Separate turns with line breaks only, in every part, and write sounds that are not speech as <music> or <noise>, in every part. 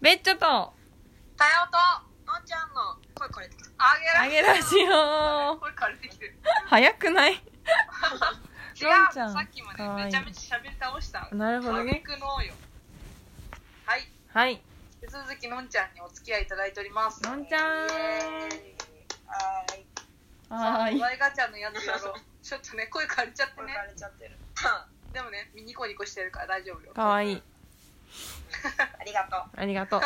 ベッチョと、
さよと、のんちゃんの声枯れてきた。あ
あ
げ
げ
ら
ラ
し
ジオ。
声枯れてきてる。
早くない
違
のん
う、
ちゃん
さっきまで
かわいい
めちゃめちゃ喋り倒した。
なるほどね
悪くのよ。はい。
はい。
引き続きのんちゃんにお付き合いいただいております。
のんちゃん
イエーイはーい。
はーい。
ワイガチャのやつやろう。ちょっとね、声枯れちゃって
これ
ね。
枯れちゃってる。
でもね、ニコニコしてるから大丈夫よ。
かわいい。
ありがとう。
ありがとう。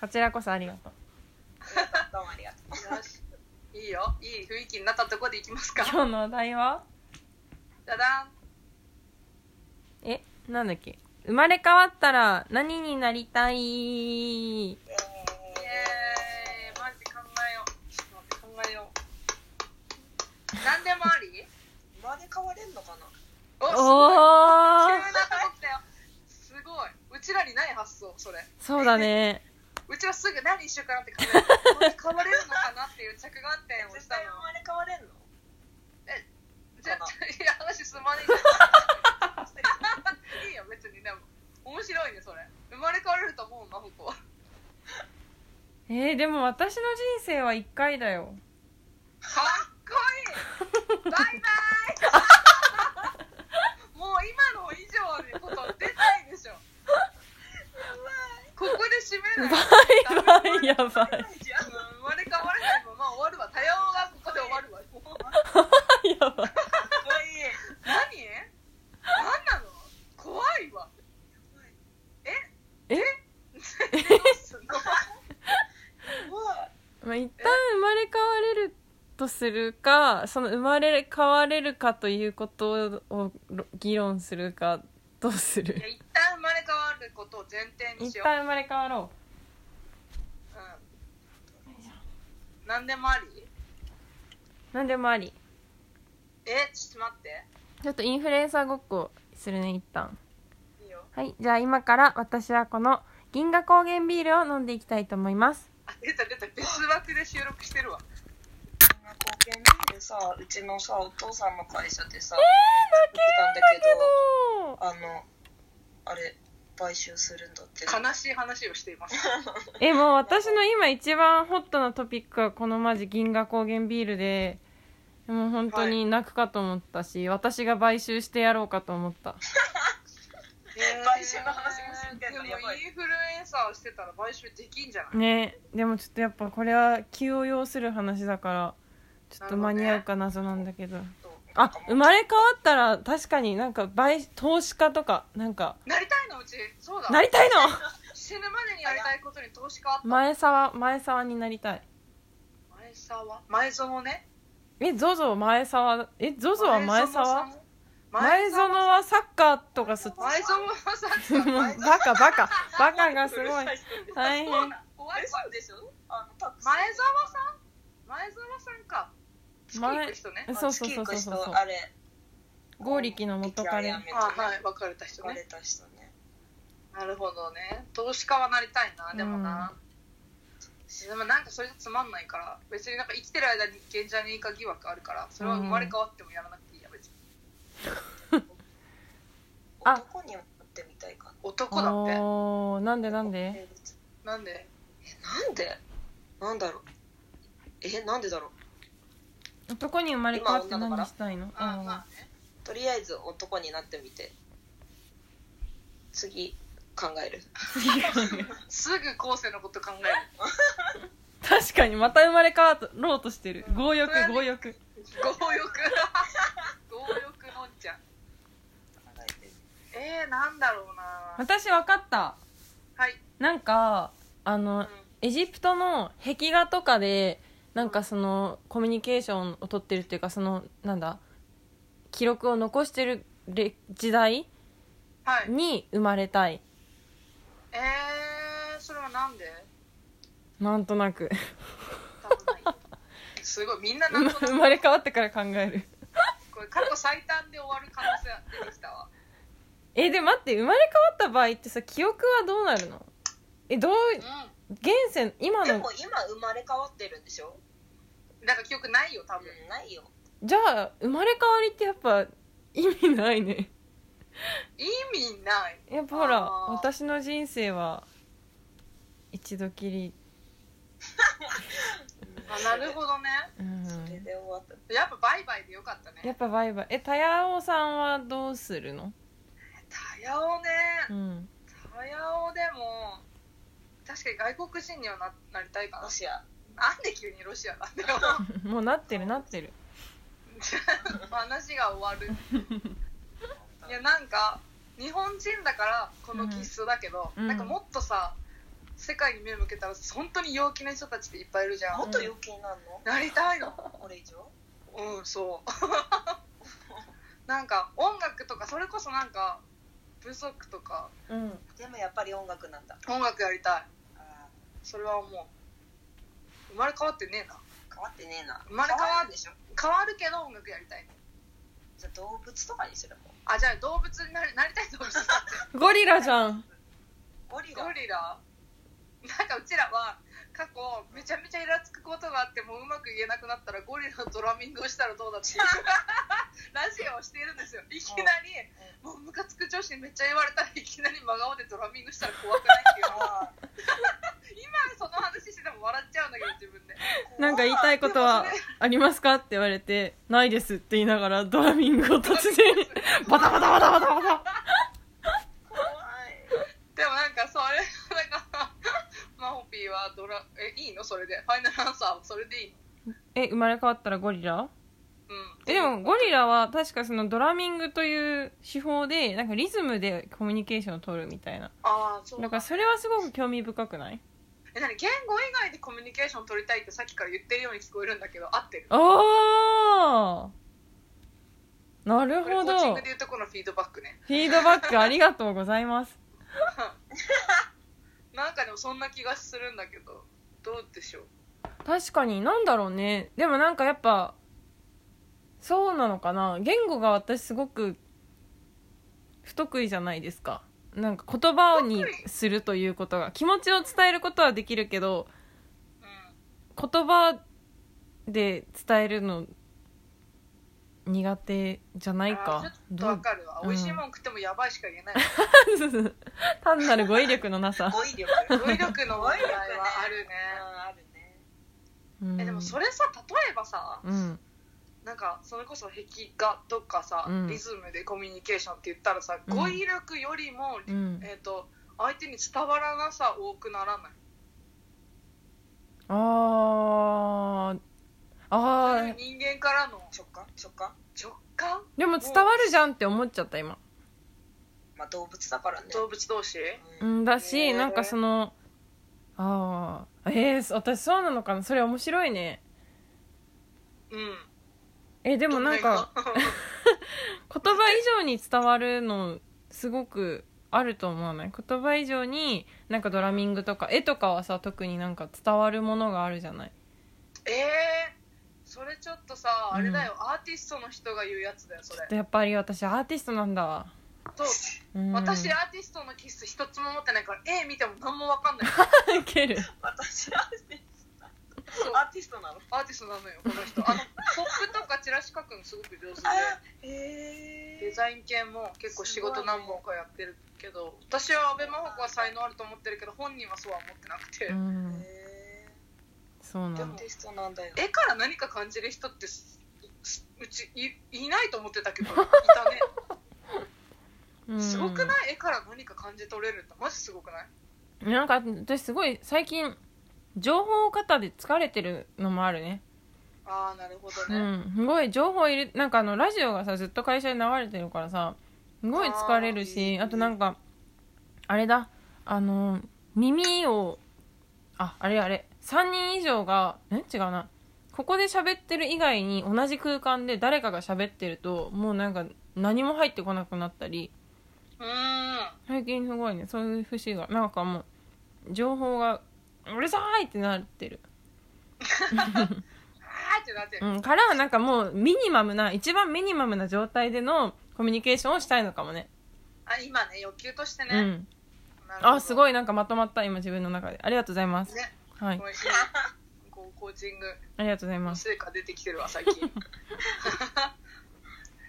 こちらこそありがとう。
ありがとう。どうもありがとう。
よし。いいよ。いい雰囲気になったところでいきますか。
今日のお題は
じゃだん。
え、なんだっけ生まれ変わったら何になりたい
イエ
イエーイマジ考えようちょっと待って考えよう何でもあり
ーイ。まで変われんのかな。
お
お
すごい
ー
急なとこ来たよすごいうちらにない発想それ
そうだね。
うちらすぐ何一緒かなって考えて変われるのかなっていう着眼点を
絶
した
対生
の
まれ変われんの。
絶対いや話進まねえじゃんいいよ別にでも面白いねそれ生まれ変われると思うなここ
えー、でも私の人生は1回だよ。
かっこいいバイバイもう今の以上のこと出ないでしょここで締めない
バイバイ、やばい。
じゃん。
生まれ変わらないまま終わるわ多様がここで終わるわも
<laughs>
う
やばい。
かっこいい。
何何なの怖いわえ
え
どうすんの
まあ、一旦生まれ変われるとするかその生まれ変われるかということをろ議論するかどうす
いや
る
一旦生まれ変わることを前提に
一
しよう、
旦生まれ変わろ
うん、何でもあり
う何でもあり
えちょっと待って
ちょっとインフルエンサーごっこするね一旦
いいよ
はいじゃあ今から私はこの銀河高原ビールを飲んでいきたいと思います
あ出た出た別枠で収録してるわ
こんな貢献ビールさ、うちのさ、お父さんの会社でさ、えてたんだけど、
おー
あの、あれ、買収するんだって。
悲しい話をしています
えもう私の今一番ホットなトピックはこのマジ銀河高原ビールでもう本当に泣くかと思ったし、私が買収してやろうかと思った
買収の話も知ってん
でも
のやばい
インフルエンサーしてたら買収できんじゃない
ねでもちょっとやっぱこれは気を要する話だからちょっと間に合うか謎なんだけどあ生まれ変わったら確かになんか倍投資家とかなんか
なりたいのうちそうだ
なりたい
死ぬまでにやりたいことに投資家あっ
の前沢前沢になりたい
た前沢前園ね
え ZOZO 前沢え ZOZO は前沢前
前園さ
園
ん
はサッカーとかそっち
前園はさ
もう <laughs> バカバカバカがすごい大変
そうだ怖い
え、
わ
そうでしょあの、タクシー
前澤さん前澤さんか月行く人ね
えそうそうそうそうそう
あ月行く人あれ
剛力の元彼
あ
あ
は
はい別れた人ね
いれた人ね
なるほどね投資家はなりたいなでもな、でもなんかそれじゃつまんないから別になんか生きてる間に現じゃねえか疑惑あるからそれは生まれ変わってもやらなくていいや別に
あ
男に会ってみたいか
男だって
おーなんでなん
な
で
え
なんで
なんでなんだろうえなんでだろう
男に生まれ変わって何したいの
あま
あ
あね
とりあえず男になってみて次考える
すぐ後世のこと考え
ー確かにまた生まれ変わろうとしてる強欲
それはね
強欲
る強欲 <laughs> 強欲のんちゃん
考えて
えー、なんだろうな
私分かった
はい、
なんかあの、
うん、
エジプトの壁画とかでなんかそのコミュニケーションを取ってるっていうかそのなんだ記録を残してるれ時代
はい
に生まれたい
えー、それはなんで
なんとなく
多分
<laughs>
ないすごいみんななんとなく
生まれ変わってから考える
これ過去最短で終わる可能性が出てきたわ
えで待って生まれ変わった場合ってさ記憶はどうなるのえ <laughs> どう
う
現世今
で
の
も今生まれ変わってるんでしょ
んなんか記憶ないよ多分
うんないよ
じゃあ生まれ変わりってやっぱ意味ないね
意味ない
やっぱほら
あー
私の人生は一度きり、
あなるほどね
うん、
それで終わった
やっぱバイバイでよかったね
やっぱバイバイえたやおさんはどうするの
タヤオね
うん <laughs>
タヤオでも確かに外国人にはななりたいかな
ロシア
なんで急にロシアなんだよ
もうなってるなってる
話が終
<laughs>
わるいやなんか日本人だからこの気質だけど、
うん
なんかもっとさ世界に目を向けたら本当に陽気な人たちっていっぱいいるじゃん、
もっと陽気になるの
なりたいの
これ以上
うんそう
<laughs>
なんか音楽とかそれこそなんか部族とか
うん
でもやっぱり音楽なんだ
音楽やりたい
あー
それは思う生まれ変わってねえな
変わってねえな
生まれ変わる
変わるでしょ
変わるけど音楽やりたい
じゃあ動物とかにするもん
あじゃあ動物になりなりたい動物だって
ゴリラじゃん
ゴリラ
ゴリラなんかうちらは過去めちゃめちゃイラつくことがあってもううまく言えなくなったらゴリラのドラミングをしたらどうだっていう <laughs> ラジオをしているんですよいきなりもうムカつく女子にめっちゃ言われたらいきなり真顔でドラミングしたら怖くないっていう
あー
今 <laughs> その話してても笑っちゃうんだけど自分で
なんか言いたいことはありますかって言われて「ないです」って言いながらドラミングを突然バタバタバタバタバタ
怖い
でもなんかそれなんか <laughs> マホピーはドラえいいのそれでファイナルアンサーはそれでいいの
え生まれ変わったらゴリラ
うん
えでもゴリラは確かそのドラミングという手法でなんかリズムでコミュニケーションを取るみたいな
ああそう
だからそれはすごく興味深くない
え何言語以外でコミュニケーション取りたいってさっきから言ってるように聞こえるんだけど合ってる
おーなる
これ
ほ
コーチン
ど
グで
フ
言うとこのフィードバックね
ィードバックありがとうございます
なんかでもそんな気がするんだけどどうでしょう
確かになんだろうねでもなんかやっぱそうなのかな言語が私すごく不得意じゃないですかなんか言葉にするということが気持ちを伝えることはできるけど
うん
言葉で伝えるの苦手じゃない
あー
か
ちょっと
ど
わ
う
かるわ、
うん
美味しいもん食ってもやばいしか言えない <laughs>
<laughs> 単なる語彙力のなさ、
語彙力
語彙力の問題はあるね
うんあるね
うん
<laughs> えでもそれさ例えばさ
うん
なんかそれこそ壁画とかさ、
うん
リズムでコミュニケーションって言ったらさ、
うん
語彙力よりも、
うん
えっ、と相手に伝わらなさ多くならない
あーあー
人間からの
直感直感
直感
でも伝わるじゃんって思っちゃった今、
まあ動物だからね
動物同士
う
うん
ん、だし、
へー
なんかそのああえー、そ私そうなのかなそれ面白いね
うん
えでもなんか言葉以上に伝わるのすごくあると思わない言葉以上になんかドラミングとか絵とかはさ特になんか伝わるものがあるじゃない
<laughs> ええそれちょっとさあれだよ、アーティストの人が言うやつだよそれ
でやっぱり私アーティストなんだわ、
そう、
うん、<laughs>
私アーティストの気質一つも持ってないから絵見ても何もわかんない
ける
私はね
そう
アーティストなの
アーティストなのよこの人あのポップとかチラシ書くのすごく上手で
へ
デザイン系も結構仕事何本かやってるけど、私は阿部真帆子は才能あると思ってるけど本人はそうは思ってなくて、
うん
え
そう
ア
な
ー
の
ティストなんだよ
絵から何か感じる人ってすすうちいいないと思ってたけ
<laughs>
どいたね
うん
すごくない絵から何か感じ取れるってマジすごくない
なんか私すごい最近情報型で疲れてるのもあるね
ああなるほど
う
ね、
んすごい情報入れなんかあのラジオがさずっと会社で流れてるからさすごい疲れるし
あー
あとなんかあれだあの耳をああれあれ3人以上がえ違うなここで喋ってる以外に同じ空間で誰かが喋ってるともうなんか何も入ってこなくなったり
うーん
最近すごいねそういう節がなんかもう情報がうるさいってなってる、
あーってなって
う
る、
ん、からなんかもうミニマムな一番ミニマムな状態でのコミュニケーションをしたいのかもね
あ今ね欲求としてね、
うん
なるほど
あすごいなんかまとまった今自分の中でありがとうございます、
ね
はい
こういうこうコーチング
ありがとうござい
の
ます
成果出てきてるわ最近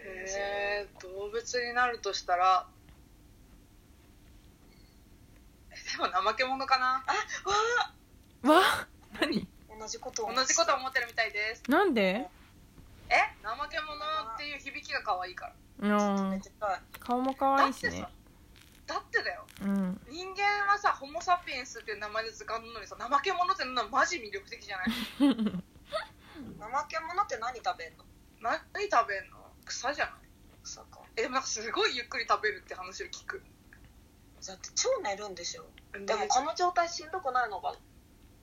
へえ動物になるとしたらえでも怠け者かな
わ
わ何
同じことを
同じこと思ってるみたいです
なんで
え怠け者っていう響きが可愛いから
う
止め
ん
てたい
顔も可愛いし
だって
ね
さだってだよ
うん
人間はさホモ・サピエンスっていう名前で図鑑なのにさ怠け者ってのはマジ魅力的じゃない <laughs>
怠け者って何食べるの
何食べんの草じゃない
草か
えでもなんかすごいゆっくり食べるって話を聞く
だって超寝るんでしょ
で
でもこの状態しんどくないのか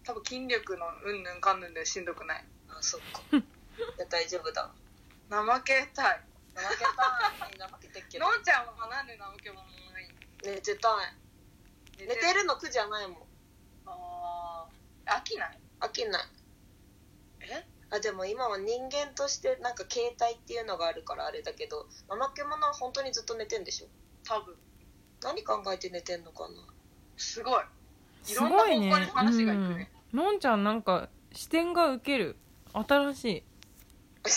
多分筋力のうんぬんかんぬんでしんどくない
なあそっか
<laughs>
いや大丈夫だ
怠けたい
怠けたい怠けてっ
<laughs>
けど
のんちゃんはなんで怠け者なのに
寝てたい
寝
寝てるの苦じゃないもん
あー飽きない
飽きない
え
あでも今は人間としてなんか携帯っていうのがあるからあれだけど怠け者は本当にずっと寝てんでしょ
多分
何考えて寝てんのかな
すごいい
す
ろんな
ご
方向
い
に
ね
話がいくね
うんのんちゃんなんか視点がウケる新しい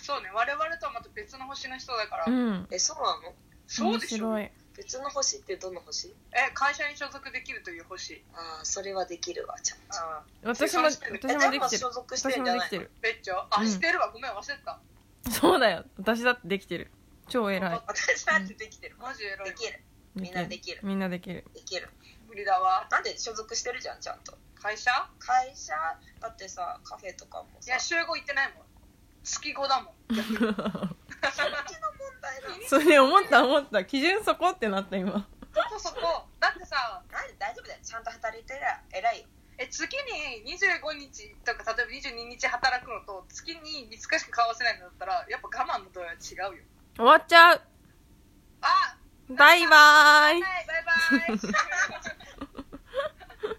そうね我々とはまた別の星の人だから、
うん
えそうなの
そう
面
でしょ
白
え
い
別の星ってどの星
会社に所属できるという星
ああそれはできるわちゃんと
あ
私も
生産してる
私も
え
で
も
きて
所
る
属して
私
ん
も
じゃ
で
な
き
い
て
の
る
ベッチョあ、
うん
してるわごめん忘れてた
そうだよ私だってできてる超偉い
私だってできてる、
マジ偉いわ
できるみんなできる
みんなできる <laughs>
できる
無理だわ
なんで所属してるじゃんちゃんと
会社
会社だってさカフェとかも
い
さ
や週5行ってないもん月5だもん
<laughs> そっちの問題なの
それ思った思った基準そこってなった今
そこそこだってさ
なんで大丈夫だよちゃんと働いてりゃ偉いよ
え月に25日とか例えば22日働くのと月に5日しか買わせないんだったらやっぱ我慢の度合いは違うよ
終わっちゃう
あ
バイバーイ
はい
<laughs>
バイバイ